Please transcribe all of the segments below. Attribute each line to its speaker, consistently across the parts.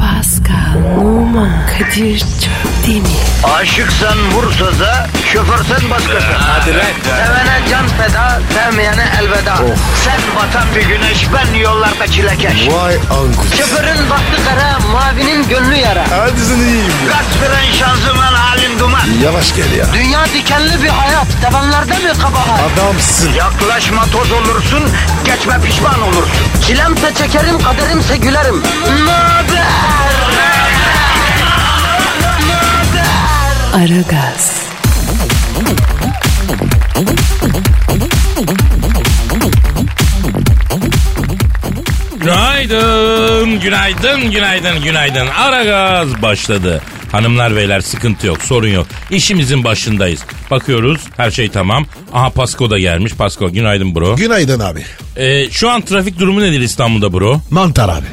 Speaker 1: Pascal, Oman, Kadir çok değil mi?
Speaker 2: Aşıksan vursa da şoförsen başkasın.
Speaker 3: Hadi lan.
Speaker 2: Sevene can feda, sevmeyene elveda. Sen batan bir güneş, ben yollarda çilekeş.
Speaker 3: Vay anku.
Speaker 2: Şoförün baktı kara, mavinin gönlü yara.
Speaker 3: Hadi sen iyiyim ya.
Speaker 2: Kasperen şanzıman halin duman.
Speaker 3: Yavaş gel ya.
Speaker 2: Dünya dikenli bir hayat, sevenlerde mi kabahar?
Speaker 3: Adamsın.
Speaker 2: Yaklaşma toz olursun, geçme pişman olursun. Çilemse çekerim, kaderimse gülerim. Möber!
Speaker 1: Aragaz,
Speaker 4: Günaydın, günaydın, günaydın, günaydın. Ara gaz başladı. Hanımlar beyler sıkıntı yok, sorun yok. İşimizin başındayız. Bakıyoruz, her şey tamam. Aha Pasko da gelmiş. Pasko günaydın bro.
Speaker 3: Günaydın abi.
Speaker 4: Ee, şu an trafik durumu nedir İstanbul'da bro?
Speaker 3: Mantar abi.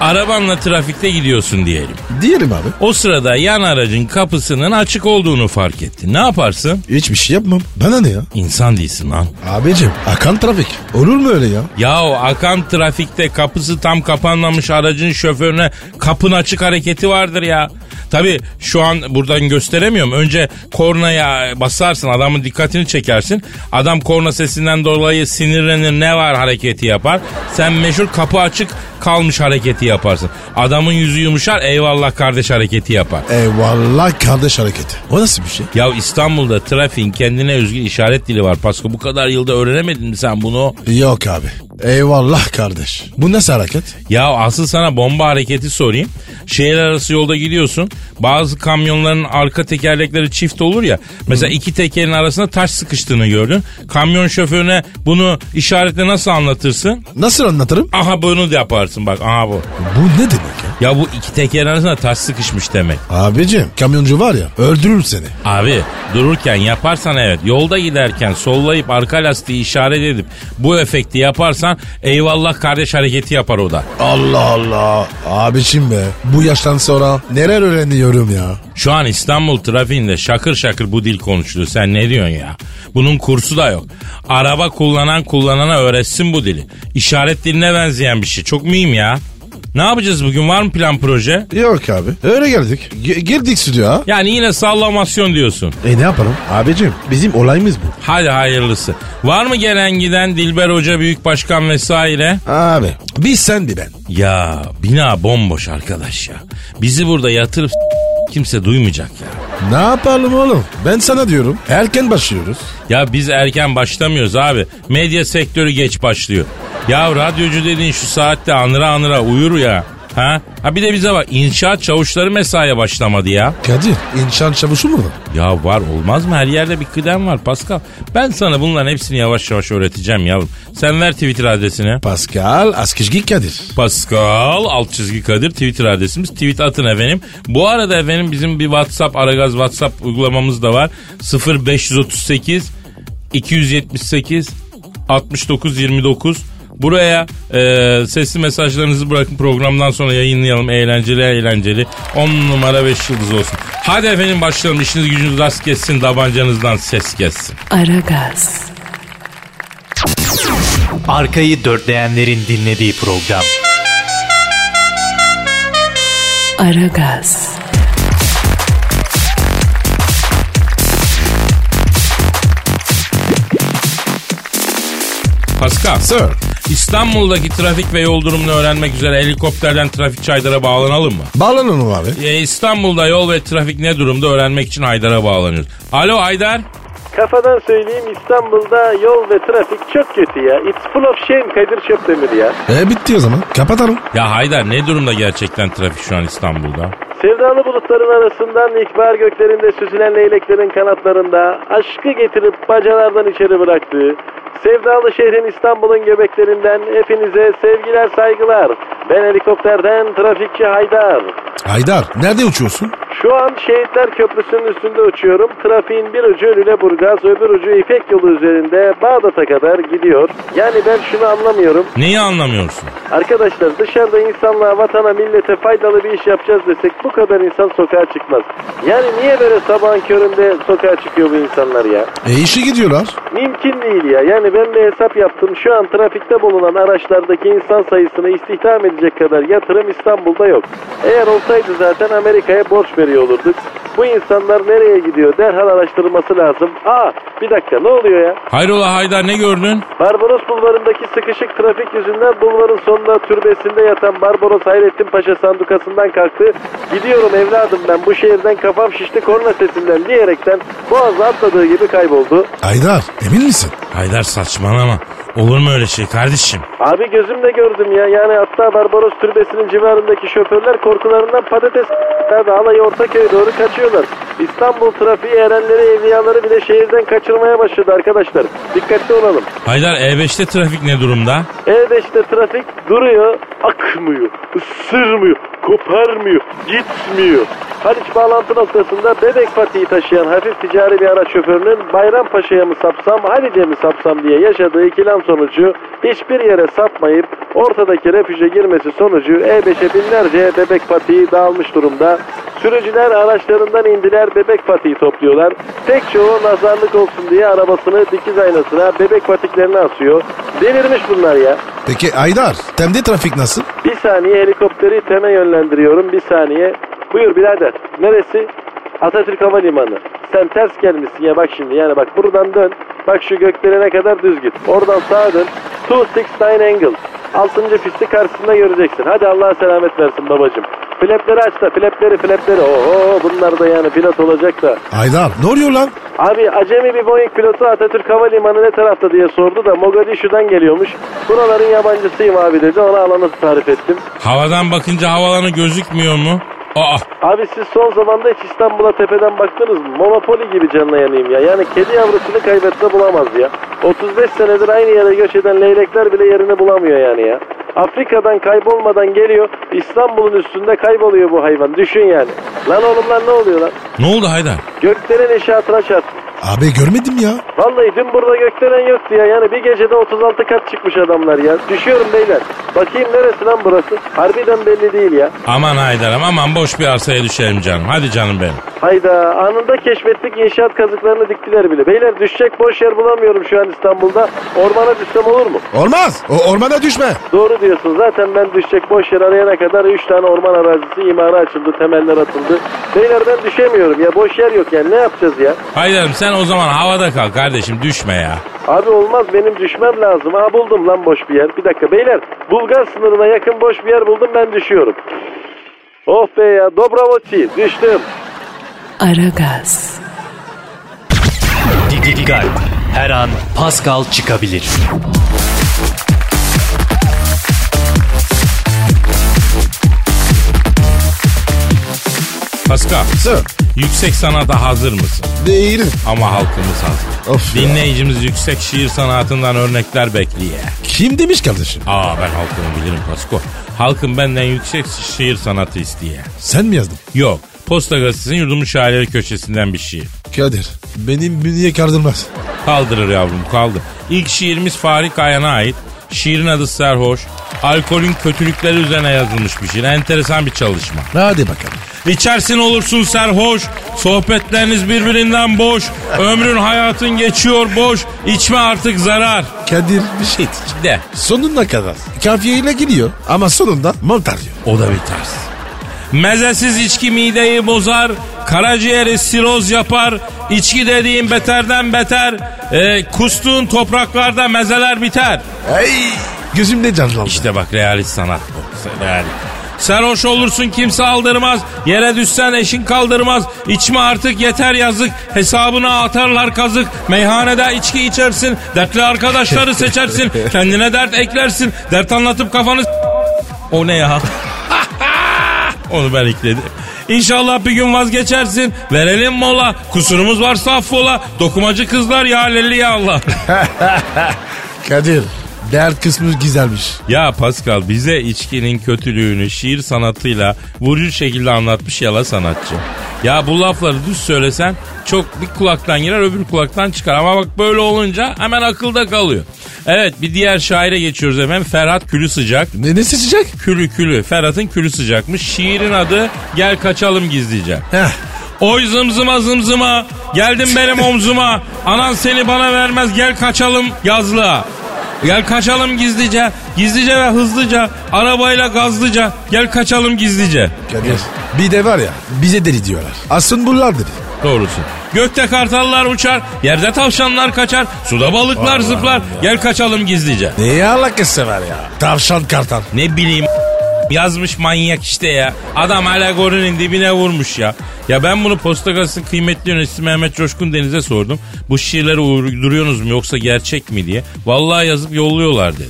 Speaker 4: Arabanla trafikte gidiyorsun diyelim.
Speaker 3: Diyelim abi.
Speaker 4: O sırada yan aracın kapısının açık olduğunu fark ettin. Ne yaparsın?
Speaker 3: Hiçbir şey yapmam. Bana ne ya?
Speaker 4: İnsan değilsin lan.
Speaker 3: Abicim akan trafik. Olur mu öyle ya?
Speaker 4: Yahu akan trafikte kapısı tam kapanmamış aracın şoförüne kapın açık hareketi vardır ya. Tabi şu an buradan gösteremiyorum. Önce kornaya basarsın adamın dikkatini çekersin. Adam korna sesinden dolayı sinirlenir ne var hareketi yapar. Sen meşhur kapı açık kalmış hareketi yaparsın. Adamın yüzü yumuşar eyvallah kardeş hareketi yapar.
Speaker 3: Eyvallah kardeş hareketi. O nasıl bir şey?
Speaker 4: Ya İstanbul'da trafiğin kendine özgü işaret dili var Pasko. Bu kadar yılda öğrenemedin mi sen bunu?
Speaker 3: Yok abi. Eyvallah kardeş. Bu nasıl hareket?
Speaker 4: Ya asıl sana bomba hareketi sorayım. Şehir arası yolda gidiyorsun. Bazı kamyonların arka tekerlekleri çift olur ya. Mesela iki tekerin arasında taş sıkıştığını gördün. Kamyon şoförüne bunu işaretle nasıl anlatırsın?
Speaker 3: Nasıl anlatırım?
Speaker 4: Aha bunu da yaparsın bak aha bu.
Speaker 3: Bu ne demek ya?
Speaker 4: Ya bu iki tekerin arasında taş sıkışmış demek.
Speaker 3: Abicim kamyoncu var ya öldürür seni.
Speaker 4: Abi dururken yaparsan evet yolda giderken sollayıp arka lastiği işaret edip bu efekti yaparsan eyvallah kardeş hareketi yapar o da.
Speaker 3: Allah Allah. Abicim be bu yaştan sonra neler öğreniyorum ya.
Speaker 4: Şu an İstanbul trafiğinde şakır şakır bu dil konuşuluyor. Sen ne diyorsun ya? Bunun kursu da yok. Araba kullanan kullanana öğretsin bu dili. İşaret diline benzeyen bir şey. Çok mühim ya. Ne yapacağız bugün? Var mı plan proje?
Speaker 3: Yok abi. Öyle geldik. G- girdik stüdyoya.
Speaker 4: Yani yine sallamasyon diyorsun.
Speaker 3: E ne yapalım? Abicim bizim olayımız bu.
Speaker 4: Hadi hayırlısı. Var mı gelen giden Dilber Hoca, Büyük Başkan vesaire?
Speaker 3: Abi biz sen bir ben.
Speaker 4: Ya bina bomboş arkadaş ya. Bizi burada yatırıp s- kimse duymayacak ya.
Speaker 3: Ne yapalım oğlum? Ben sana diyorum. Erken başlıyoruz.
Speaker 4: Ya biz erken başlamıyoruz abi. Medya sektörü geç başlıyor. Ya radyocu dediğin şu saatte anıra anıra uyur ya. Ha? ha bir de bize bak inşaat çavuşları mesaiye başlamadı ya.
Speaker 3: Kadir inşaat çavuşu mu var?
Speaker 4: Ya var olmaz mı her yerde bir kıdem var Pascal. Ben sana bunların hepsini yavaş yavaş öğreteceğim yavrum. Sen ver Twitter adresini.
Speaker 3: Pascal Askışgi Kadir.
Speaker 4: Pascal alt çizgi Kadir Twitter adresimiz. Tweet atın efendim. Bu arada efendim bizim bir WhatsApp Aragaz WhatsApp uygulamamız da var. 0538 278 69 29 Buraya e, sesli mesajlarınızı bırakın programdan sonra yayınlayalım eğlenceli eğlenceli 10 numara 5 yıldız olsun. Hadi efendim başlayalım işiniz gücünüz rast kessin tabancanızdan ses kessin.
Speaker 1: Aragaz,
Speaker 5: Arkayı dörtleyenlerin dinlediği program.
Speaker 1: Aragaz,
Speaker 4: Pascal.
Speaker 3: Sir.
Speaker 4: İstanbul'daki trafik ve yol durumunu öğrenmek üzere helikopterden trafik çaydıra bağlanalım mı?
Speaker 3: Bağlanın onu abi.
Speaker 4: Ee, İstanbul'da yol ve trafik ne durumda öğrenmek için Haydar'a bağlanıyoruz. Alo Haydar.
Speaker 6: Kafadan söyleyeyim İstanbul'da yol ve trafik çok kötü ya. It's full of shame Kadir Çöpdemir ya.
Speaker 3: E bitti o zaman. Kapatalım.
Speaker 4: Ya Haydar ne durumda gerçekten trafik şu an İstanbul'da?
Speaker 6: Sevdalı bulutların arasından ikbal göklerinde süzülen leyleklerin kanatlarında aşkı getirip bacalardan içeri bıraktığı sevdalı şehrin İstanbul'un göbeklerinden hepinize sevgiler saygılar. Ben helikopterden trafikçi Haydar.
Speaker 3: Haydar nerede uçuyorsun?
Speaker 6: Şu an Şehitler Köprüsü'nün üstünde uçuyorum. Trafiğin bir ucu Lüleburgaz, öbür ucu İpek yolu üzerinde Bağdat'a kadar gidiyor. Yani ben şunu anlamıyorum.
Speaker 4: Neyi anlamıyorsun?
Speaker 6: Arkadaşlar dışarıda insanlığa, vatana, millete faydalı bir iş yapacağız desek bu kadar insan sokağa çıkmaz. Yani niye böyle sabahın köründe sokağa çıkıyor bu insanlar ya?
Speaker 3: E işe gidiyorlar.
Speaker 6: Mümkün değil ya. Yani ben bir hesap yaptım. Şu an trafikte bulunan araçlardaki insan sayısını istihdam edecek kadar yatırım İstanbul'da yok. Eğer olsaydı zaten Amerika'ya borç veriyor olurduk. Bu insanlar nereye gidiyor derhal araştırılması lazım. Aa bir dakika ne oluyor ya?
Speaker 4: Hayrola Haydar ne gördün?
Speaker 6: Barbaros bulvarındaki sıkışık trafik yüzünden bulvarın sonunda türbesinde yatan Barbaros Hayrettin Paşa sandukasından kalktı. Gidiyorum evladım ben bu şehirden kafam şişti korna sesinden diyerekten boğazı atladığı gibi kayboldu.
Speaker 3: Aydar emin misin?
Speaker 4: Haydar saçmalama. Olur mu öyle şey kardeşim?
Speaker 6: Abi gözümle gördüm ya. Yani hatta Barbaros Türbesi'nin civarındaki şoförler korkularından patates da alayı Ortaköy'e doğru kaçıyorlar. İstanbul trafiği erenleri, evliyaları bile şehirden kaçırmaya başladı arkadaşlar. Dikkatli olalım.
Speaker 4: Haydar E5'te trafik ne durumda?
Speaker 6: E5'te trafik duruyor, akmıyor, ısırmıyor, koparmıyor, gitmiyor. Haliç bağlantı noktasında bebek patiği taşıyan hafif ticari bir araç şoförünün Bayrampaşa'ya mı sapsam, Halice'ye mi sapsam diye yaşadığı ikilem sonucu hiçbir yere sapmayıp ortadaki refüje girmesi sonucu E5'e binlerce bebek patiği dağılmış durumda. Sürücüler araçlarından indiler bebek patiği topluyorlar. Tek çoğu nazarlık olsun diye arabasını dikiz aynasına bebek patiklerini asıyor. Delirmiş bunlar ya.
Speaker 3: Peki Aydar temde trafik nasıl?
Speaker 6: Bir saniye helikopteri teme yönlendiriyorum. Bir saniye. Buyur birader. Neresi? Atatürk Havalimanı. Sen ters gelmişsin ya bak şimdi. Yani bak buradan dön. Bak şu gökdelene kadar düz git. Oradan sağa dön. 269 angle. Altıncı pisti karşısında göreceksin. Hadi Allah selamet versin babacım. Flapleri aç da flapleri flapleri. Oho bunlar da yani pilot olacak da.
Speaker 3: Aydar ne oluyor lan?
Speaker 6: Abi acemi bir Boeing pilotu Atatürk Havalimanı ne tarafta diye sordu da Mogadishu'dan geliyormuş. Buraların yabancısıyım abi dedi. Ona alanı tarif ettim.
Speaker 4: Havadan bakınca havalanı gözükmüyor mu? Aa
Speaker 6: Abi siz son zamanda hiç İstanbul'a tepeden baktınız mı? Monopoly gibi canına yanayım ya. Yani kedi yavrusunu kaybetse bulamaz ya. 35 senedir aynı yere göç eden leylekler bile yerini bulamıyor yani ya. Afrika'dan kaybolmadan geliyor. İstanbul'un üstünde kayboluyor bu hayvan. Düşün yani. Lan oğlum lan ne oluyor lan?
Speaker 4: ne oldu Haydar?
Speaker 6: Göklerin inşaatına çarptı.
Speaker 3: Abi görmedim ya.
Speaker 6: Vallahi dün burada gökdelen yoktu ya. Yani bir gecede 36 kat çıkmış adamlar ya. Düşüyorum beyler. Bakayım neresi lan burası? Harbiden belli değil ya.
Speaker 4: Aman Haydar'ım aman boş bir arsaya düşerim canım. Hadi canım benim.
Speaker 6: Hayda anında keşfettik inşaat kazıklarını diktiler bile. Beyler düşecek boş yer bulamıyorum şu an İstanbul'da. Ormana düşsem olur mu?
Speaker 3: Olmaz. O ormana düşme.
Speaker 6: Doğru diyorsun zaten ben düşecek boş yer arayana kadar 3 tane orman arazisi imara açıldı temeller atıldı. Beyler ben düşemiyorum ya boş yer yok yani ne yapacağız ya?
Speaker 4: Haydar'ım sen o zaman havada kal kardeşim düşme ya.
Speaker 6: Abi olmaz benim düşmem lazım. Ha buldum lan boş bir yer. Bir dakika beyler Bulgar sınırına yakın boş bir yer buldum ben düşüyorum. Oh be ya Dobrovoçi düştüm.
Speaker 1: Aragaz,
Speaker 5: Didi Digal. Her an Pascal çıkabilir.
Speaker 4: Pascal
Speaker 3: Sir.
Speaker 4: yüksek sanata hazır mısın?
Speaker 3: Değil.
Speaker 4: Ama halkımız hazır.
Speaker 3: Of ya.
Speaker 4: Dinleyicimiz yüksek şiir sanatından örnekler bekliyor.
Speaker 3: Kim demiş kardeşim?
Speaker 4: Aa ben halkımı bilirim Pasko. Halkım benden yüksek şiir sanatı isteye.
Speaker 3: Sen mi yazdın?
Speaker 4: Yok. Posta gazetesinin yurdumun şairleri köşesinden bir şiir.
Speaker 3: Kadir benim bünye kaldırmaz.
Speaker 4: Kaldırır yavrum kaldır. İlk şiirimiz Farik Ayan'a ait. Şiirin adı Serhoş. Alkolün kötülükleri üzerine yazılmış bir şiir. Enteresan bir çalışma.
Speaker 3: Hadi bakalım.
Speaker 4: İçersin olursun serhoş. Sohbetleriniz birbirinden boş. Ömrün hayatın geçiyor boş. İçme artık zarar.
Speaker 3: Kadir bir şey diyeceğim.
Speaker 4: De.
Speaker 3: Sonuna kadar kafiyeyle gidiyor ama sonunda mantar yiyor.
Speaker 4: O da bir ters. Mezesiz içki mideyi bozar, karaciğeri siroz yapar, içki dediğin beterden beter, e, kustuğun topraklarda mezeler biter.
Speaker 3: Ay gözümde canlandı.
Speaker 4: İşte bak realist sanat bu, realist. Sarhoş olursun kimse aldırmaz, yere düşsen eşin kaldırmaz, içme artık yeter yazık, hesabına atarlar kazık, meyhanede içki içersin, dertli arkadaşları seçersin, kendine dert eklersin, dert anlatıp kafanı s- O ne ya? Onu ben ekledim. İnşallah bir gün vazgeçersin. Verelim mola. Kusurumuz varsa affola. Dokumacı kızlar ya lelli ya Allah.
Speaker 3: Kadir Dert kısmı güzelmiş.
Speaker 4: Ya Pascal bize içkinin kötülüğünü şiir sanatıyla vurucu şekilde anlatmış yala sanatçı. Ya bu lafları düz söylesen çok bir kulaktan girer öbür kulaktan çıkar. Ama bak böyle olunca hemen akılda kalıyor. Evet bir diğer şaire geçiyoruz efendim. Ferhat Külü Sıcak.
Speaker 3: Ne, ne seçecek?
Speaker 4: Külü Külü. Ferhat'ın külü sıcakmış. Şiirin adı Gel Kaçalım Gizlice.
Speaker 3: Heh.
Speaker 4: Oy zımzıma zımzıma geldin benim omzuma anan seni bana vermez gel kaçalım yazlığa. Gel kaçalım gizlice, gizlice ve hızlıca, arabayla gazlıca, gel kaçalım gizlice.
Speaker 3: Kadir. Bir de var ya bize deli diyorlar. Aslında bunlar deli.
Speaker 4: Doğrusu. Gökte kartallar uçar, yerde tavşanlar kaçar, suda balıklar zıplar, gel kaçalım gizlice.
Speaker 3: Ne alakası var ya? Tavşan kartal.
Speaker 4: Ne bileyim yazmış manyak işte ya. Adam alegorinin dibine vurmuş ya. Ya ben bunu Posta Gazetesi'nin kıymetli yöneticisi Mehmet Coşkun Deniz'e sordum. Bu şiirleri uyduruyorsunuz mu yoksa gerçek mi diye. Vallahi yazıp yolluyorlar dedi.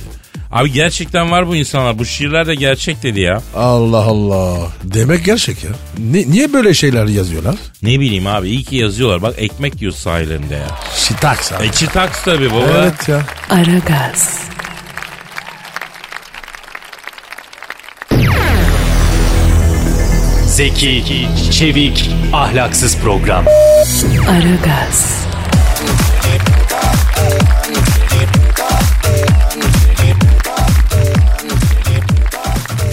Speaker 4: Abi gerçekten var bu insanlar. Bu şiirler de gerçek dedi ya.
Speaker 3: Allah Allah. Demek gerçek ya. Ne- niye böyle şeyler yazıyorlar?
Speaker 4: Ne bileyim abi iyi ki yazıyorlar. Bak ekmek yiyor sahilinde ya.
Speaker 3: Şitaks abi.
Speaker 4: E çitaks tabii baba.
Speaker 3: Evet ya.
Speaker 1: Aragaz,
Speaker 5: Zeki, çevik, ahlaksız program.
Speaker 1: Aragaz,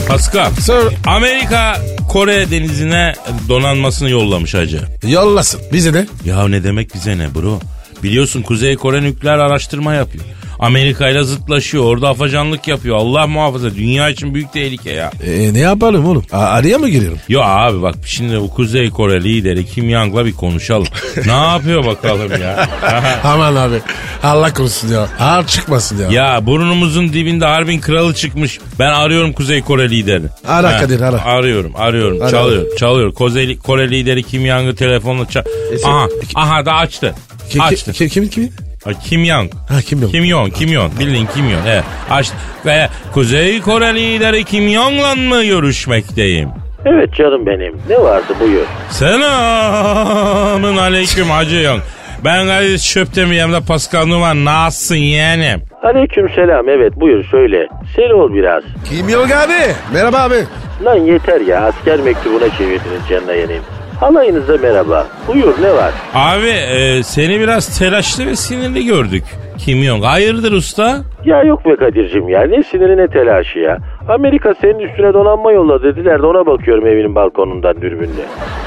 Speaker 4: Pascal.
Speaker 3: Sir.
Speaker 4: Amerika Kore denizine donanmasını yollamış hacı.
Speaker 3: Yollasın. Bize de.
Speaker 4: Ya ne demek bize ne bro? Biliyorsun Kuzey Kore nükleer araştırma yapıyor. Amerika ile zıtlaşıyor. Orada afacanlık yapıyor. Allah muhafaza. Dünya için büyük tehlike ya.
Speaker 3: E, ne yapalım oğlum? A- araya mı girelim?
Speaker 4: Yo abi bak şimdi bu Kuzey Kore lideri Kim Yang'la bir konuşalım. ne yapıyor bakalım ya?
Speaker 3: Aman abi. Allah korusun ya. Ağır çıkmasın ya.
Speaker 4: ya burnumuzun dibinde harbin kralı çıkmış. Ben arıyorum Kuzey Kore liderini.
Speaker 3: Ara
Speaker 4: Ha,
Speaker 3: Kadir, ara.
Speaker 4: Arıyorum arıyorum.
Speaker 3: Ara,
Speaker 4: çalıyor çalıyor. Kuzey Kore lideri Kim Yang'ı telefonla çal...
Speaker 3: E sen-
Speaker 4: Aha, aha da açtı.
Speaker 3: Ki- ki-
Speaker 4: açtı.
Speaker 3: ki- kimin kimin?
Speaker 4: Ay, Kim Yang.
Speaker 3: Ha kim yok?
Speaker 4: Kim Jong, Kim Jong. Bildiğin Kim Jong. Evet. Aç, ve Kuzey Kore lideri Kim Jong'la mı görüşmekteyim?
Speaker 6: Evet canım benim. Ne vardı buyur.
Speaker 4: Selamın aleyküm Hacı Jong. Ben Kadir Çöptemir'im de Pascal Numan. Nasılsın yeğenim?
Speaker 6: Aleyküm selam evet buyur söyle. Seri ol biraz.
Speaker 3: Kim yok abi? Merhaba abi.
Speaker 6: Lan yeter ya asker mektubuna çevirdiniz canına yanayım. Halayınıza merhaba. Buyur ne var?
Speaker 4: Abi e, seni biraz telaşlı ve sinirli gördük. Kim Jong. Hayırdır usta?
Speaker 6: Ya yok be Kadir'cim ya ne siniri ne telaşı ya. Amerika senin üstüne donanma yolla dediler de ona bakıyorum evinin balkonundan dürbünle.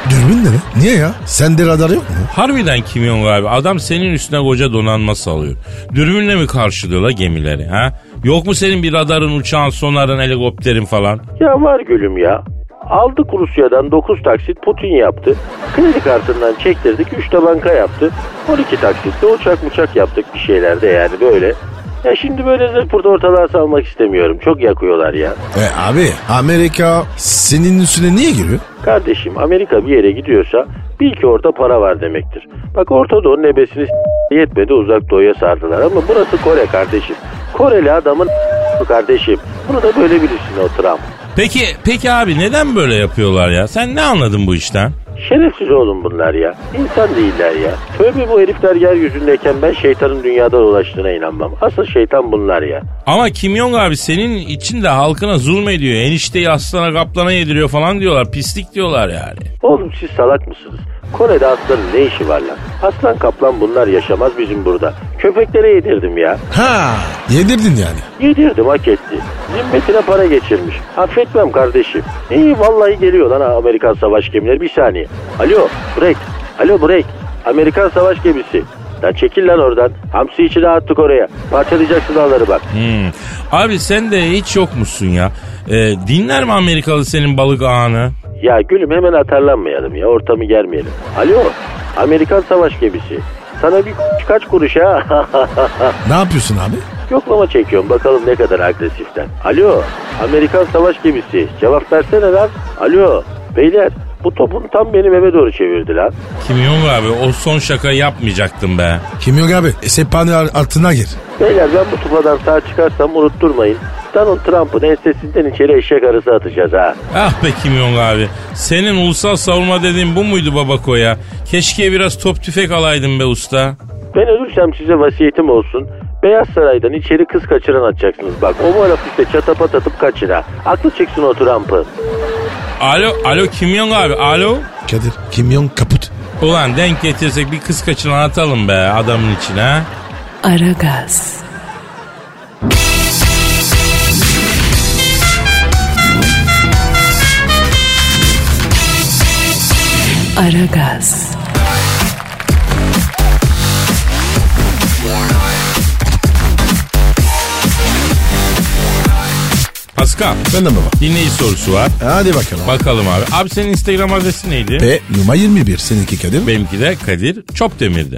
Speaker 3: Dürbün ne? lan? Niye ya? Sende radar yok mu?
Speaker 4: Harbiden Kim Jong abi. Adam senin üstüne koca donanma salıyor. Dürbünle mi karşılıyor la gemileri? Ha? Yok mu senin bir radarın, uçağın, sonarın, helikopterin falan?
Speaker 6: Ya var gülüm ya. Aldık Rusya'dan 9 taksit Putin yaptı. Kredi kartından çektirdik 3 de banka yaptı. 12 taksitte uçak uçak yaptık bir şeyler de yani böyle. Ya şimdi böyle zırt ortalığa salmak istemiyorum. Çok yakıyorlar ya.
Speaker 3: E abi Amerika senin üstüne niye giriyor?
Speaker 6: Kardeşim Amerika bir yere gidiyorsa bil ki orada para var demektir. Bak Orta Doğu'nun ebesini s- yetmedi uzak doğuya sardılar ama burası Kore kardeşim. Koreli adamın s- kardeşim. Bunu da böyle bilirsin o Trump.
Speaker 4: Peki peki abi neden böyle yapıyorlar ya? Sen ne anladın bu işten?
Speaker 6: Şerefsiz oğlum bunlar ya. İnsan değiller ya. Tövbe bu herifler yeryüzündeyken ben şeytanın dünyada dolaştığına inanmam. Asıl şeytan bunlar ya.
Speaker 4: Ama Kim Jong abi senin için de halkına zulmediyor. Enişteyi aslana kaplana yediriyor falan diyorlar. Pislik diyorlar yani.
Speaker 6: Oğlum siz salak mısınız? Kore'de aslanın ne işi var lan? Aslan kaplan bunlar yaşamaz bizim burada. Köpeklere yedirdim ya.
Speaker 3: Ha yedirdin yani.
Speaker 6: Yedirdim hak etti. Zimmetine para geçirmiş. Affetmem kardeşim. İyi vallahi geliyor lan Amerikan savaş gemileri. Bir saniye. Alo break. Alo break. Amerikan savaş gemisi. Lan çekil lan oradan. Hamsi içine attık oraya. Parçalayacaksın dağları bak.
Speaker 4: Hmm. Abi sen de hiç yokmuşsun ya. Ee, dinler mi Amerikalı senin balık ağını?
Speaker 6: Ya gülüm hemen atarlanmayalım ya. Ortamı germeyelim. Alo. Amerikan savaş gemisi. Sana bir kaç kuruş ha?
Speaker 3: Ne yapıyorsun abi?
Speaker 6: Yoklama çekiyorum bakalım ne kadar agresifler. Alo Amerikan savaş gemisi cevap versene lan. Alo beyler bu topun tam benim eve doğru çevirdi lan.
Speaker 4: Kim Jong abi o son şaka yapmayacaktım be.
Speaker 3: Kim yok abi? E, Sepahın altına gir.
Speaker 6: Beyler ben bu tufadan sağ çıkarsam unutturmayın. Donald Trump'ın ensesinden içeri eşek arısı atacağız ha.
Speaker 4: Ah be Kim Jong abi. Senin ulusal savunma dediğin bu muydu babako ya? Keşke biraz top tüfek alaydın be usta.
Speaker 6: Ben ölürsem size vasiyetim olsun. Beyaz Saray'dan içeri kız kaçıran atacaksınız bak. O bu hafifte çatapat atıp kaçıra. Aklı çıksın o Trump'ı.
Speaker 4: Alo, alo Kimyon abi, alo.
Speaker 3: Kadir kimyon kaput.
Speaker 4: Ulan denk getirsek bir kız kaçıran atalım be adamın içine.
Speaker 1: Aragaz, Aragaz,
Speaker 4: Pascal,
Speaker 3: Ben de baba.
Speaker 4: dinleyici sorusu var.
Speaker 3: Hadi bakalım.
Speaker 4: Bakalım abi. Abi senin Instagram adresi neydi?
Speaker 3: Ve numara 21 seninki Kadir.
Speaker 4: Benimki de Kadir Çopdemir'di.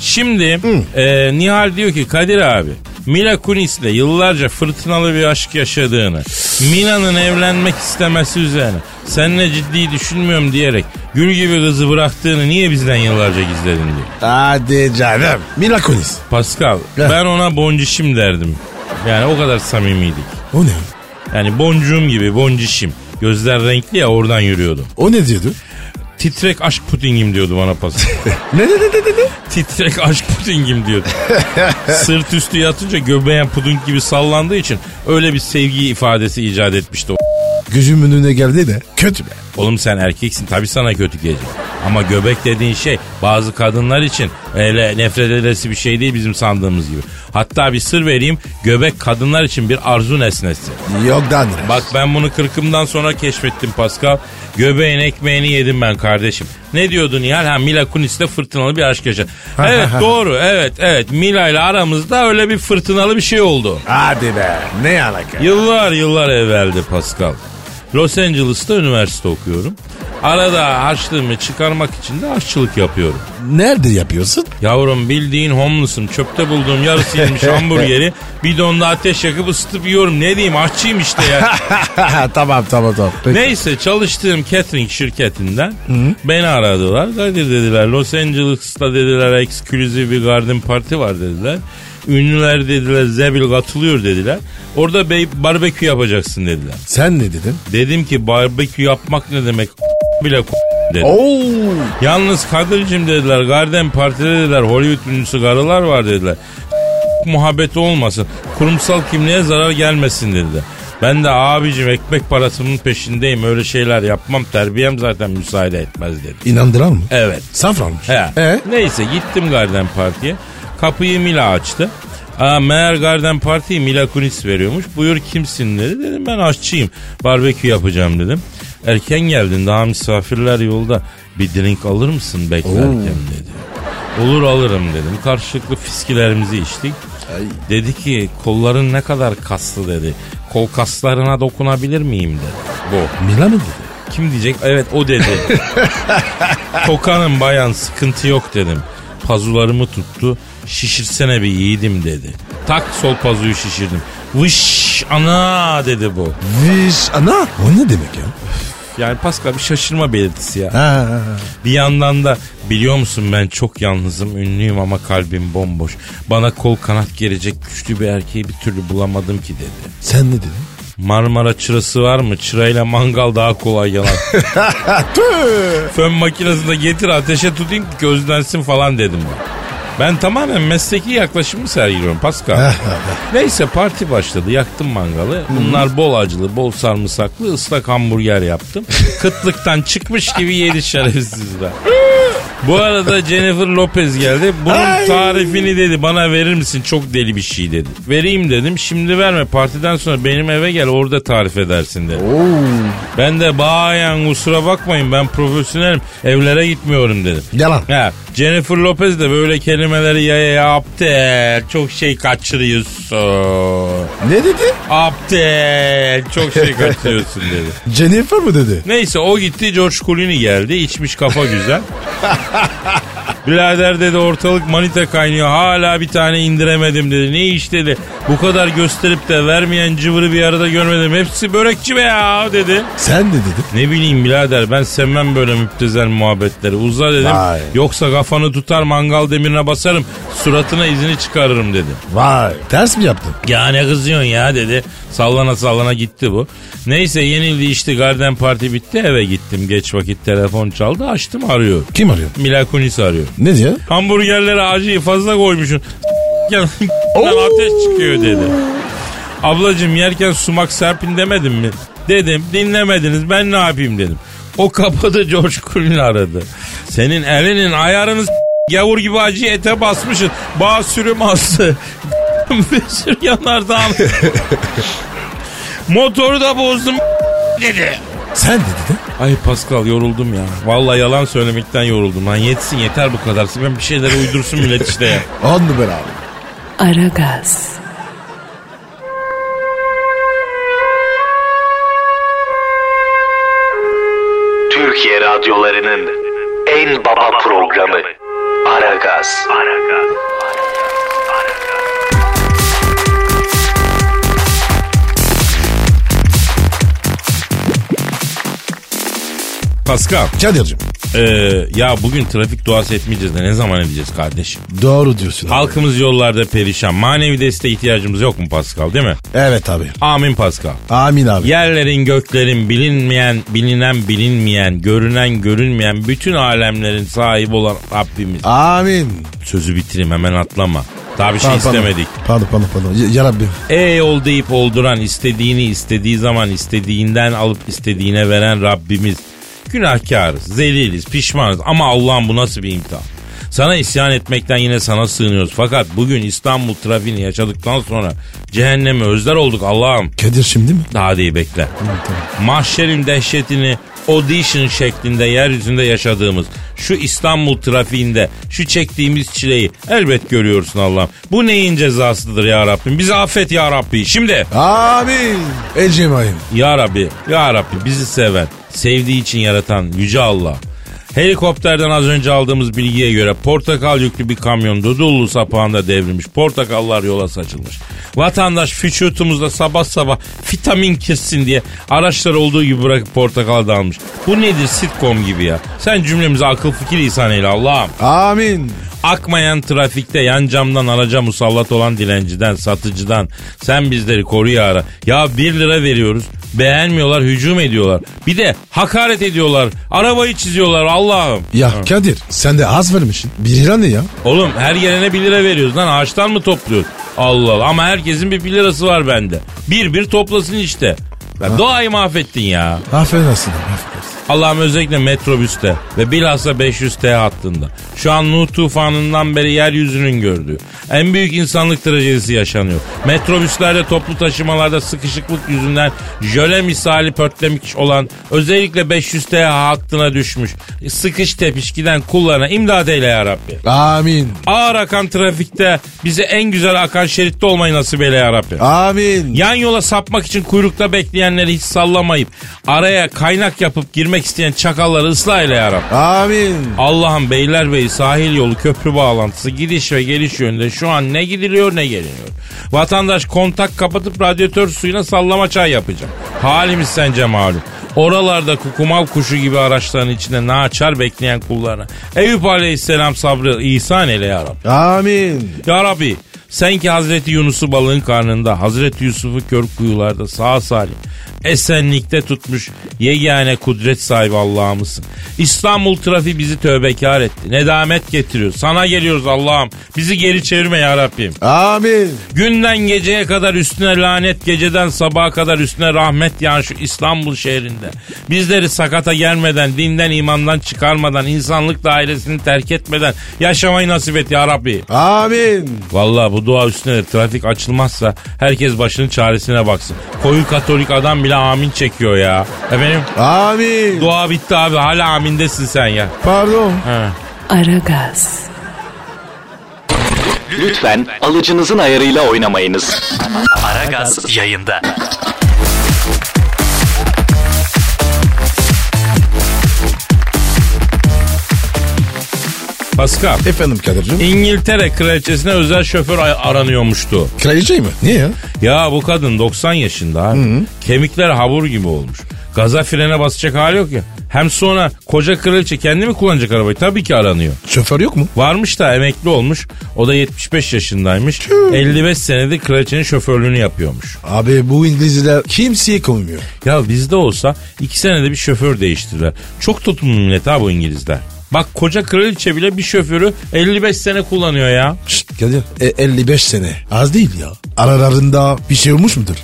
Speaker 4: Şimdi e, Nihal diyor ki Kadir abi Mila Kunis'le yıllarca fırtınalı bir aşk yaşadığını, Mila'nın evlenmek istemesi üzerine seninle ciddi düşünmüyorum diyerek gül gibi kızı bıraktığını niye bizden yıllarca gizledin diyor.
Speaker 3: Hadi canım. Mila Kunis.
Speaker 4: Pascal
Speaker 3: Heh.
Speaker 4: ben ona boncişim derdim. Yani o kadar samimiydik.
Speaker 3: O ne?
Speaker 4: Yani boncuğum gibi boncişim. Gözler renkli ya oradan yürüyordum.
Speaker 3: O ne diyordu?
Speaker 4: Titrek aşk pudingim diyordu bana Pascal.
Speaker 3: Ne ne ne ne ne? ne?
Speaker 4: Titrek aşk pudingim diyordu. Sırt üstü yatınca göbeğen puding gibi sallandığı için öyle bir sevgi ifadesi icat etmişti. o.
Speaker 3: Gözümün önüne geldi de kötü be.
Speaker 4: Oğlum sen erkeksin tabii sana kötü gelecek. Ama göbek dediğin şey bazı kadınlar için öyle nefret edilesi bir şey değil bizim sandığımız gibi. Hatta bir sır vereyim göbek kadınlar için bir arzu nesnesi.
Speaker 3: Yok Dandre.
Speaker 4: Bak ben bunu kırkımdan sonra keşfettim Pascal. Göbeğin ekmeğini yedim ben kardeşim. Ne diyordun Nihal? Ha Mila Kunis'le fırtınalı bir aşk yaşadı. evet doğru evet evet. Mila ile aramızda öyle bir fırtınalı bir şey oldu.
Speaker 3: Hadi be. Ne alaka?
Speaker 4: Yıllar yıllar evveldi Pascal. Los Angeles'ta üniversite okuyorum. Arada harçlığımı çıkarmak için de aşçılık yapıyorum.
Speaker 3: Nerede yapıyorsun?
Speaker 4: Yavrum bildiğin homeless'ım. Çöpte bulduğum yarısı yenmiş hamburgeri bidonda ateş yakıp ısıtıp yiyorum. Ne diyeyim aşçıyım işte ya.
Speaker 3: tamam tamam tamam. Peki.
Speaker 4: Neyse çalıştığım catering şirketinden beni aradılar. Kadir dediler Los Angeles'ta dediler eksklüzif bir garden parti var dediler. Ünlüler dediler Zebil katılıyor dediler. Orada bey barbekü yapacaksın dediler.
Speaker 3: Sen ne dedin?
Speaker 4: Dedim ki barbekü yapmak ne demek bile dedim.
Speaker 3: Oo.
Speaker 4: Yalnız Kadir'cim dediler garden partide dediler Hollywood ünlüsü karılar var dediler. muhabbeti olmasın. Kurumsal kimliğe zarar gelmesin dedi. Ben de abicim ekmek parasının peşindeyim öyle şeyler yapmam terbiyem zaten müsaade etmez dedi.
Speaker 3: İnandıran mı?
Speaker 4: Evet.
Speaker 3: Safranmış.
Speaker 4: He.
Speaker 3: E?
Speaker 4: Neyse gittim Garden Parti'ye. Kapıyı Mila açtı. Aa, meğer Garden Parti'yi Mila Kunis veriyormuş. Buyur kimsin dedi. Dedim ben aşçıyım. Barbekü yapacağım dedim. Erken geldin daha misafirler yolda. Bir drink alır mısın beklerken dedi. Olur alırım dedim. Karşılıklı fiskilerimizi içtik. Dedi ki kolların ne kadar kaslı dedi. Kol kaslarına dokunabilir miyim dedi. Bu.
Speaker 3: Mila mı dedi?
Speaker 4: Kim diyecek? Evet o dedi. Kokanım bayan sıkıntı yok dedim. Pazularımı tuttu. Şişirsene bir yiğidim dedi. Tak sol pazuyu şişirdim. Vış ana dedi bu.
Speaker 3: Viş. Ana. O ne demek ya?
Speaker 4: Yani Pascal bir şaşırma belirtisi ya.
Speaker 3: Ha.
Speaker 4: Bir yandan da biliyor musun ben çok yalnızım, ünlüyüm ama kalbim bomboş. Bana kol kanat gelecek güçlü bir erkeği bir türlü bulamadım ki dedi.
Speaker 3: Sen ne dedin?
Speaker 4: Marmara çırası var mı? Çırayla mangal daha kolay yanar. Fön makinesinde getir ateşe tutayım ki gözlensin falan dedim ben. Ben tamamen mesleki yaklaşımı sergiliyorum Pascal. Neyse parti başladı. Yaktım mangalı. Bunlar bol acılı, bol sarımsaklı ıslak hamburger yaptım. Kıtlıktan çıkmış gibi yedi şerefsizler. Bu arada Jennifer Lopez geldi. Bunun tarifini dedi bana verir misin? Çok deli bir şey dedi. Vereyim dedim. Şimdi verme partiden sonra benim eve gel orada tarif edersin dedi. Ben de bayan kusura bakmayın ben profesyonelim evlere gitmiyorum dedim.
Speaker 3: Yalan.
Speaker 4: Ha, Jennifer Lopez de böyle kelimeleri ya ya ya aptal çok şey kaçırıyorsun.
Speaker 3: Ne dedi?
Speaker 4: Aptal çok şey kaçırıyorsun dedi.
Speaker 3: Jennifer mı dedi?
Speaker 4: Neyse o gitti George Clooney geldi. içmiş kafa güzel. Birader dedi ortalık manita kaynıyor. Hala bir tane indiremedim dedi. Ne iş dedi. Bu kadar gösterip de vermeyen cıvırı bir arada görmedim. Hepsi börekçi be ya dedi.
Speaker 3: Sen ne dedin?
Speaker 4: Ne bileyim birader ben sevmem böyle müptezel muhabbetleri. Uza dedim.
Speaker 3: Vay.
Speaker 4: Yoksa kafanı tutar mangal demirine basarım. Suratına izini çıkarırım dedi.
Speaker 3: Vay. Ters mi yaptın?
Speaker 4: Ya ne kızıyorsun ya dedi. Sallana sallana gitti bu. Neyse yenildi işte garden parti bitti eve gittim. Geç vakit telefon çaldı açtım arıyor.
Speaker 3: Kim arıyor?
Speaker 4: Mila Kunis arıyor.
Speaker 3: Ne diyor?
Speaker 4: Hamburgerlere acıyı fazla koymuşsun. yerken ateş çıkıyor dedi. Ablacım yerken sumak serpin demedim mi? Dedim dinlemediniz ben ne yapayım dedim. O kapadı coşkuyla aradı. Senin elinin ayarınız gavur gibi acı ete basmışsın. Bağ sürüm astı. Sür yanardağım. Motoru da bozdum dedi.
Speaker 3: Sen de dedin.
Speaker 4: Ay Pascal yoruldum ya. Vallahi yalan söylemekten yoruldum. Lan yetsin yeter bu kadar. Ben bir şeyler uydursun millet işte ya.
Speaker 3: On numara abi.
Speaker 1: Aragaz,
Speaker 5: Türkiye radyolarının en baba programı Aragaz.
Speaker 4: Pascal.
Speaker 3: Kadir'cim.
Speaker 4: Ee, ya bugün trafik duası etmeyeceğiz de ne zaman edeceğiz kardeşim?
Speaker 3: Doğru diyorsun. abi.
Speaker 4: Halkımız yollarda perişan. Manevi desteğe ihtiyacımız yok mu Pascal değil mi?
Speaker 3: Evet abi.
Speaker 4: Amin Pascal.
Speaker 3: Amin abi.
Speaker 4: Yerlerin, göklerin, bilinmeyen, bilinen, bilinmeyen, görünen, görünmeyen, bütün alemlerin sahibi olan Rabbimiz.
Speaker 3: Amin.
Speaker 4: Sözü bitireyim hemen atlama. Daha bir şey
Speaker 3: Pardon,
Speaker 4: istemedik.
Speaker 3: Pardon pardon pardon. Ya, ya Rabbi.
Speaker 4: Ey ol deyip olduran, istediğini istediği zaman istediğinden alıp istediğine veren Rabbimiz. Günahkarız, zeliliz, pişmanız ama Allah'ım bu nasıl bir imtihan? Sana isyan etmekten yine sana sığınıyoruz. Fakat bugün İstanbul trafiğini yaşadıktan sonra cehenneme özler olduk Allah'ım.
Speaker 3: Kadir şimdi mi?
Speaker 4: Daha değil bekle. Mahşerin dehşetini audition şeklinde yeryüzünde yaşadığımız şu İstanbul trafiğinde şu çektiğimiz çileyi elbet görüyorsun Allah'ım. Bu neyin cezasıdır ya Rabbim? Bizi affet ya Rabbi. Şimdi
Speaker 3: Amin. Ecemain.
Speaker 4: ya Rabbi, ya Rabbi bizi seven, sevdiği için yaratan Yüce Allah. Helikopterden az önce aldığımız bilgiye göre portakal yüklü bir kamyon Dudullu sapağında devrilmiş. Portakallar yola saçılmış. Vatandaş füçürtümüzde sabah sabah vitamin kessin diye araçları olduğu gibi bırakıp portakala dalmış. Bu nedir sitcom gibi ya? Sen cümlemize akıl fikir ihsan eyle Allah'ım.
Speaker 3: Amin.
Speaker 4: Akmayan trafikte yan camdan araca musallat olan dilenciden, satıcıdan sen bizleri koru ya ara. Ya 1 lira veriyoruz. Beğenmiyorlar, hücum ediyorlar. Bir de hakaret ediyorlar. Arabayı çiziyorlar Allah'ım.
Speaker 3: Ya
Speaker 4: Ha.
Speaker 3: Kadir sen de az vermişsin. Bir lira ne ya?
Speaker 4: Oğlum her gelene 1 lira veriyoruz lan ağaçtan mı topluyoruz? Allah Allah ama herkesin bir 1 lirası var bende. Bir bir toplasın işte. Ya doğayı mahvettin ya.
Speaker 3: Aferin aslında. Aferin.
Speaker 4: Allah'ım özellikle metrobüste ve bilhassa 500T hattında. Şu an Nuh tufanından beri yeryüzünün gördüğü en büyük insanlık trajedisi yaşanıyor. Metrobüslerde toplu taşımalarda sıkışıklık yüzünden jöle misali pörtlemiş olan özellikle 500T hattına düşmüş sıkış tepiş giden kullarına imdad eyle ya Rabbi.
Speaker 3: Amin.
Speaker 4: Ağır akan trafikte bize en güzel akan şeritte olmayı nasip eyle ya Rabbi.
Speaker 3: Amin.
Speaker 4: Yan yola sapmak için kuyrukta bekleyenleri hiç sallamayıp araya kaynak yapıp girmek isteyen çakalları ıslah ile yarab.
Speaker 3: Amin.
Speaker 4: Allah'ım Beylerbeyi sahil yolu köprü bağlantısı gidiş ve geliş yönünde şu an ne gidiliyor ne geliniyor. Vatandaş kontak kapatıp radyatör suyuna sallama çay yapacak. Halimiz sence malum. Oralarda kukumav kuşu gibi araçların içinde naçar bekleyen kullarına. Eyüp Aleyhisselam sabrı ihsan eyle yarab.
Speaker 3: Amin.
Speaker 4: Ya Rabbi sen ki Hazreti Yunus'u balığın karnında, Hazreti Yusuf'u kör kuyularda sağ salim, esenlikte tutmuş yegane kudret sahibi Allah'ımızsın. İstanbul trafiği bizi tövbekar etti. Nedamet getiriyor. Sana geliyoruz Allah'ım. Bizi geri çevirme ya Rabbim.
Speaker 3: Amin.
Speaker 4: Günden geceye kadar üstüne lanet, geceden sabaha kadar üstüne rahmet yağan şu İstanbul şehrinde. Bizleri sakata gelmeden, dinden imandan çıkarmadan, insanlık dairesini terk etmeden yaşamayı nasip et ya Rabbi.
Speaker 3: Amin.
Speaker 4: Vallahi bu dua üstüne de trafik açılmazsa herkes başının çaresine baksın. Koyu katolik adam bile amin çekiyor ya. Efendim
Speaker 3: Amin.
Speaker 4: dua bitti abi hala amindesin sen ya.
Speaker 3: Pardon.
Speaker 4: Ha.
Speaker 1: Aragaz,
Speaker 5: Lütfen alıcınızın ayarıyla oynamayınız. Aragaz yayında.
Speaker 4: Pascal.
Speaker 3: Efendim Kadir'cim.
Speaker 4: İngiltere kraliçesine özel şoför ay- aranıyormuştu.
Speaker 3: Kraliçe mi? Niye ya?
Speaker 4: Ya bu kadın 90 yaşında abi. Kemikler hamur gibi olmuş. Gaza frene basacak hali yok ya. Hem sonra koca kraliçe kendi mi kullanacak arabayı? Tabii ki aranıyor.
Speaker 3: Şoför yok mu?
Speaker 4: Varmış da emekli olmuş. O da 75 yaşındaymış. 55 senedir kraliçenin şoförlüğünü yapıyormuş.
Speaker 3: Abi bu İngilizler kimseyi koymuyor.
Speaker 4: Ya bizde olsa 2 senede bir şoför değiştirirler. Çok tutumlu millet ha bu İngilizler. Bak koca kraliçe bile bir şoförü 55 sene kullanıyor ya.
Speaker 3: Şşt, Kadir e, 55 sene az değil ya. Aralarında bir şey olmuş mudur?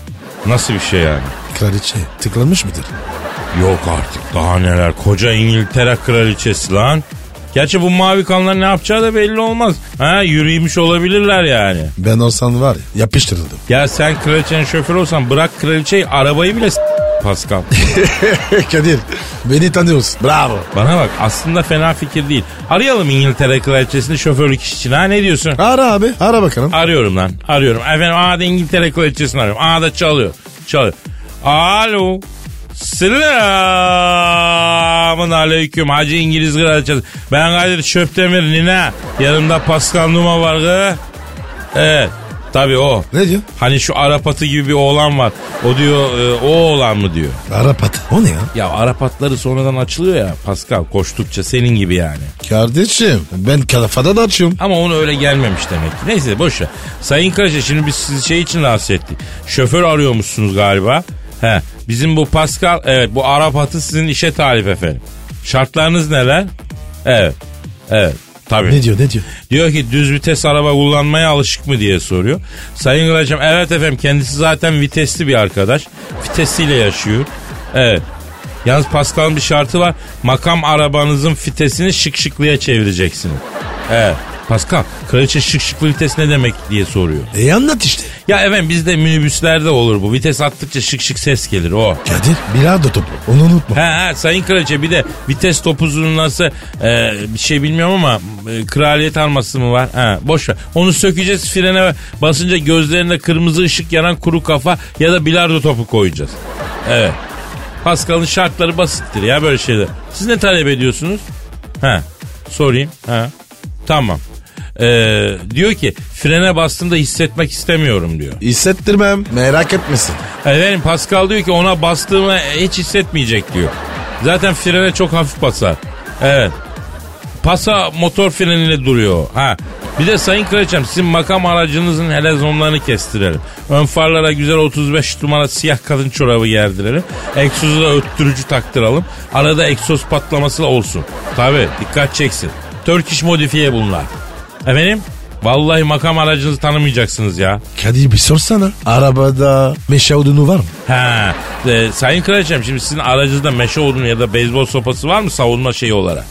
Speaker 4: Nasıl bir şey yani?
Speaker 3: Kraliçe tıklanmış mıdır?
Speaker 4: Yok artık daha neler. Koca İngiltere kraliçesi lan. Gerçi bu mavi kanlar ne yapacağı da belli olmaz. Ha yürüymüş olabilirler yani.
Speaker 3: Ben olsan var ya yapıştırıldım.
Speaker 4: Ya sen kraliçenin şoförü olsan bırak kraliçeyi arabayı bile s- Pascal.
Speaker 3: Kadir beni tanıyorsun. Bravo.
Speaker 4: Bana bak aslında fena fikir değil. Arayalım İngiltere kraliçesini şoförlük iş için ha ne diyorsun?
Speaker 3: Ara abi ara bakalım.
Speaker 4: Arıyorum lan arıyorum. Efendim A'da İngiltere kraliçesini arıyorum. A'da çalıyor. Çalıyor. Alo. Selamun aleyküm Hacı İngiliz kraliçesi. Ben Kadir Çöptemir Nina. Yanımda Pascal Numa var. gı. Evet. Tabii o.
Speaker 3: Ne diyor?
Speaker 4: Hani şu Arap atı gibi bir oğlan var. O diyor e, o oğlan mı diyor.
Speaker 3: Arap atı. O ne ya?
Speaker 4: Ya Arap atları sonradan açılıyor ya Pascal koştukça senin gibi yani.
Speaker 3: Kardeşim ben kalafada da açıyorum.
Speaker 4: Ama onu öyle gelmemiş demek ki. Neyse boş ver. Sayın Kraşa şimdi biz sizi şey için rahatsız ettik. Şoför arıyormuşsunuz galiba. He, bizim bu Pascal evet bu Arap atı sizin işe talip efendim. Şartlarınız neler? Evet. Evet. Tabii.
Speaker 3: Ne diyor ne diyor?
Speaker 4: Diyor ki düz vites araba kullanmaya alışık mı diye soruyor. Sayın Kıraç'ım evet efendim kendisi zaten vitesli bir arkadaş. Vitesiyle yaşıyor. Evet. Yalnız Pascal'ın bir şartı var. Makam arabanızın fitesini şık şıklıya çevireceksiniz. Evet. Pascal, kraliçe şık şıklı vites ne demek diye soruyor.
Speaker 3: E anlat işte.
Speaker 4: Ya efendim bizde minibüslerde olur bu. Vites attıkça şık şık ses gelir o.
Speaker 3: Kadir bilardo topu. Onu unutma.
Speaker 4: He he sayın kraliçe bir de vites topuzunun nasıl e, bir şey bilmiyorum ama e, kraliyet arması mı var? He boş ver. Onu sökeceğiz frene basınca gözlerinde kırmızı ışık yanan kuru kafa ya da bilardo topu koyacağız. Evet. Pascal'ın şartları basittir ya böyle şeyler. Siz ne talep ediyorsunuz? He sorayım. He tamam. Ee, diyor ki frene bastığımda hissetmek istemiyorum diyor.
Speaker 3: Hissettirmem. Merak etmesin.
Speaker 4: Efendim Pascal diyor ki ona bastığımı hiç hissetmeyecek diyor. Zaten frene çok hafif basar. Evet. Pasa motor freniyle duruyor. Ha. Bir de Sayın Kraliçem sizin makam aracınızın helezonlarını kestirelim. Ön farlara güzel 35 numara siyah kadın çorabı gerdirelim. Egzozu da öttürücü taktıralım. Arada egzoz patlaması da olsun. Tabi dikkat çeksin. Turkish modifiye bunlar. Efendim? Vallahi makam aracınızı tanımayacaksınız ya.
Speaker 3: Kadir bir sorsana. Arabada meşe odunu var mı?
Speaker 4: Ha, e, Sayın Kraliçem şimdi sizin aracınızda meşe odunu ya da beyzbol sopası var mı savunma şeyi olarak?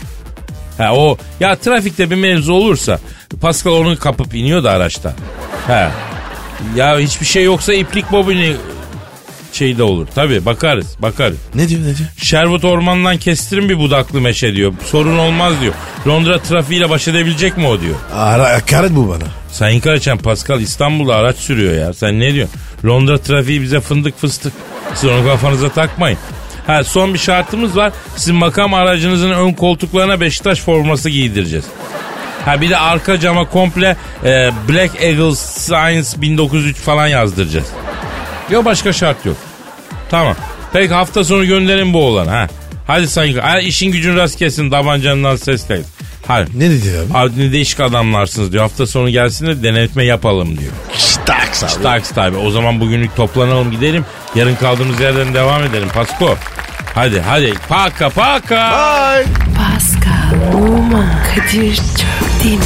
Speaker 4: Ha o ya trafikte bir mevzu olursa Pascal onu kapıp iniyor da araçta. Ha. Ya hiçbir şey yoksa iplik bobini şeyde olur. Tabii bakarız bakarız.
Speaker 3: Ne diyor ne diyor?
Speaker 4: Sherwood ormandan kestirin bir budaklı meşe diyor. Sorun olmaz diyor. Londra trafiğiyle baş edebilecek mi o diyor.
Speaker 3: Ara, hakaret bu bana.
Speaker 4: Sayın Karaçan Pascal İstanbul'da araç sürüyor ya. Sen ne diyorsun? Londra trafiği bize fındık fıstık. Siz onu kafanıza takmayın. Ha, son bir şartımız var. Sizin makam aracınızın ön koltuklarına Beşiktaş forması giydireceğiz. Ha bir de arka cama komple e, Black Eagle Science 1903 falan yazdıracağız. Yok başka şart yok. Tamam. Peki hafta sonu gönderin bu olan ha. Hadi sayın. Ha, işin gücün rast kesin tabancanından ses kayıt. Hadi.
Speaker 3: Ne dedi abi?
Speaker 4: Abi ne değişik adamlarsınız diyor. Hafta sonu gelsin de denetme yapalım diyor.
Speaker 3: Staks abi.
Speaker 4: Starks tabi. O zaman bugünlük toplanalım gidelim. Yarın kaldığımız yerden devam edelim. Pasko. Hadi hadi. Paka paka.
Speaker 3: Bye.
Speaker 1: Pascal, Oman, Kadir çok değil mi?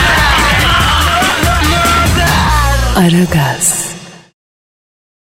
Speaker 1: Aragaz.